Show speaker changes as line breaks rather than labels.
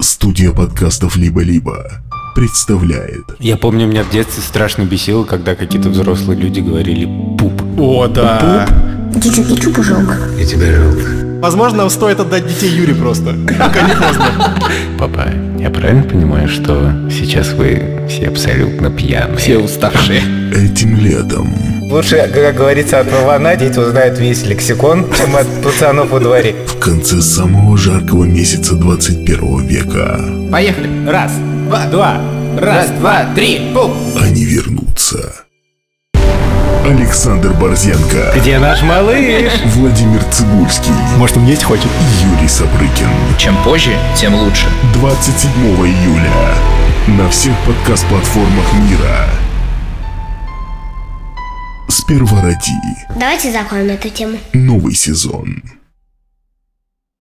Студия подкастов «Либо-либо» представляет
Я помню, меня в детстве страшно бесило, когда какие-то взрослые люди говорили «пуп».
О, да.
Дитя, хочу пужок.
Я тебя жалко.
Возможно, нам стоит отдать детей Юре просто.
Папа, я правильно понимаю, что сейчас вы все абсолютно пьяные?
Все уставшие.
этим летом.
Лучше, как говорится, от Вавана дети узнают весь лексикон, чем от пацанов во дворе.
В конце самого жаркого месяца 21 века
Поехали. Раз, два, два. Раз, два, три. Пум.
они вернутся. Александр Борзенко,
Где наш малыш?
Владимир Цибульский,
Может, он есть хочет?
Юрий Сапрыкин.
Чем позже, тем лучше.
27 июля на всех подкаст-платформах мира. Сперва ради.
Давайте закроем эту тему.
Новый сезон.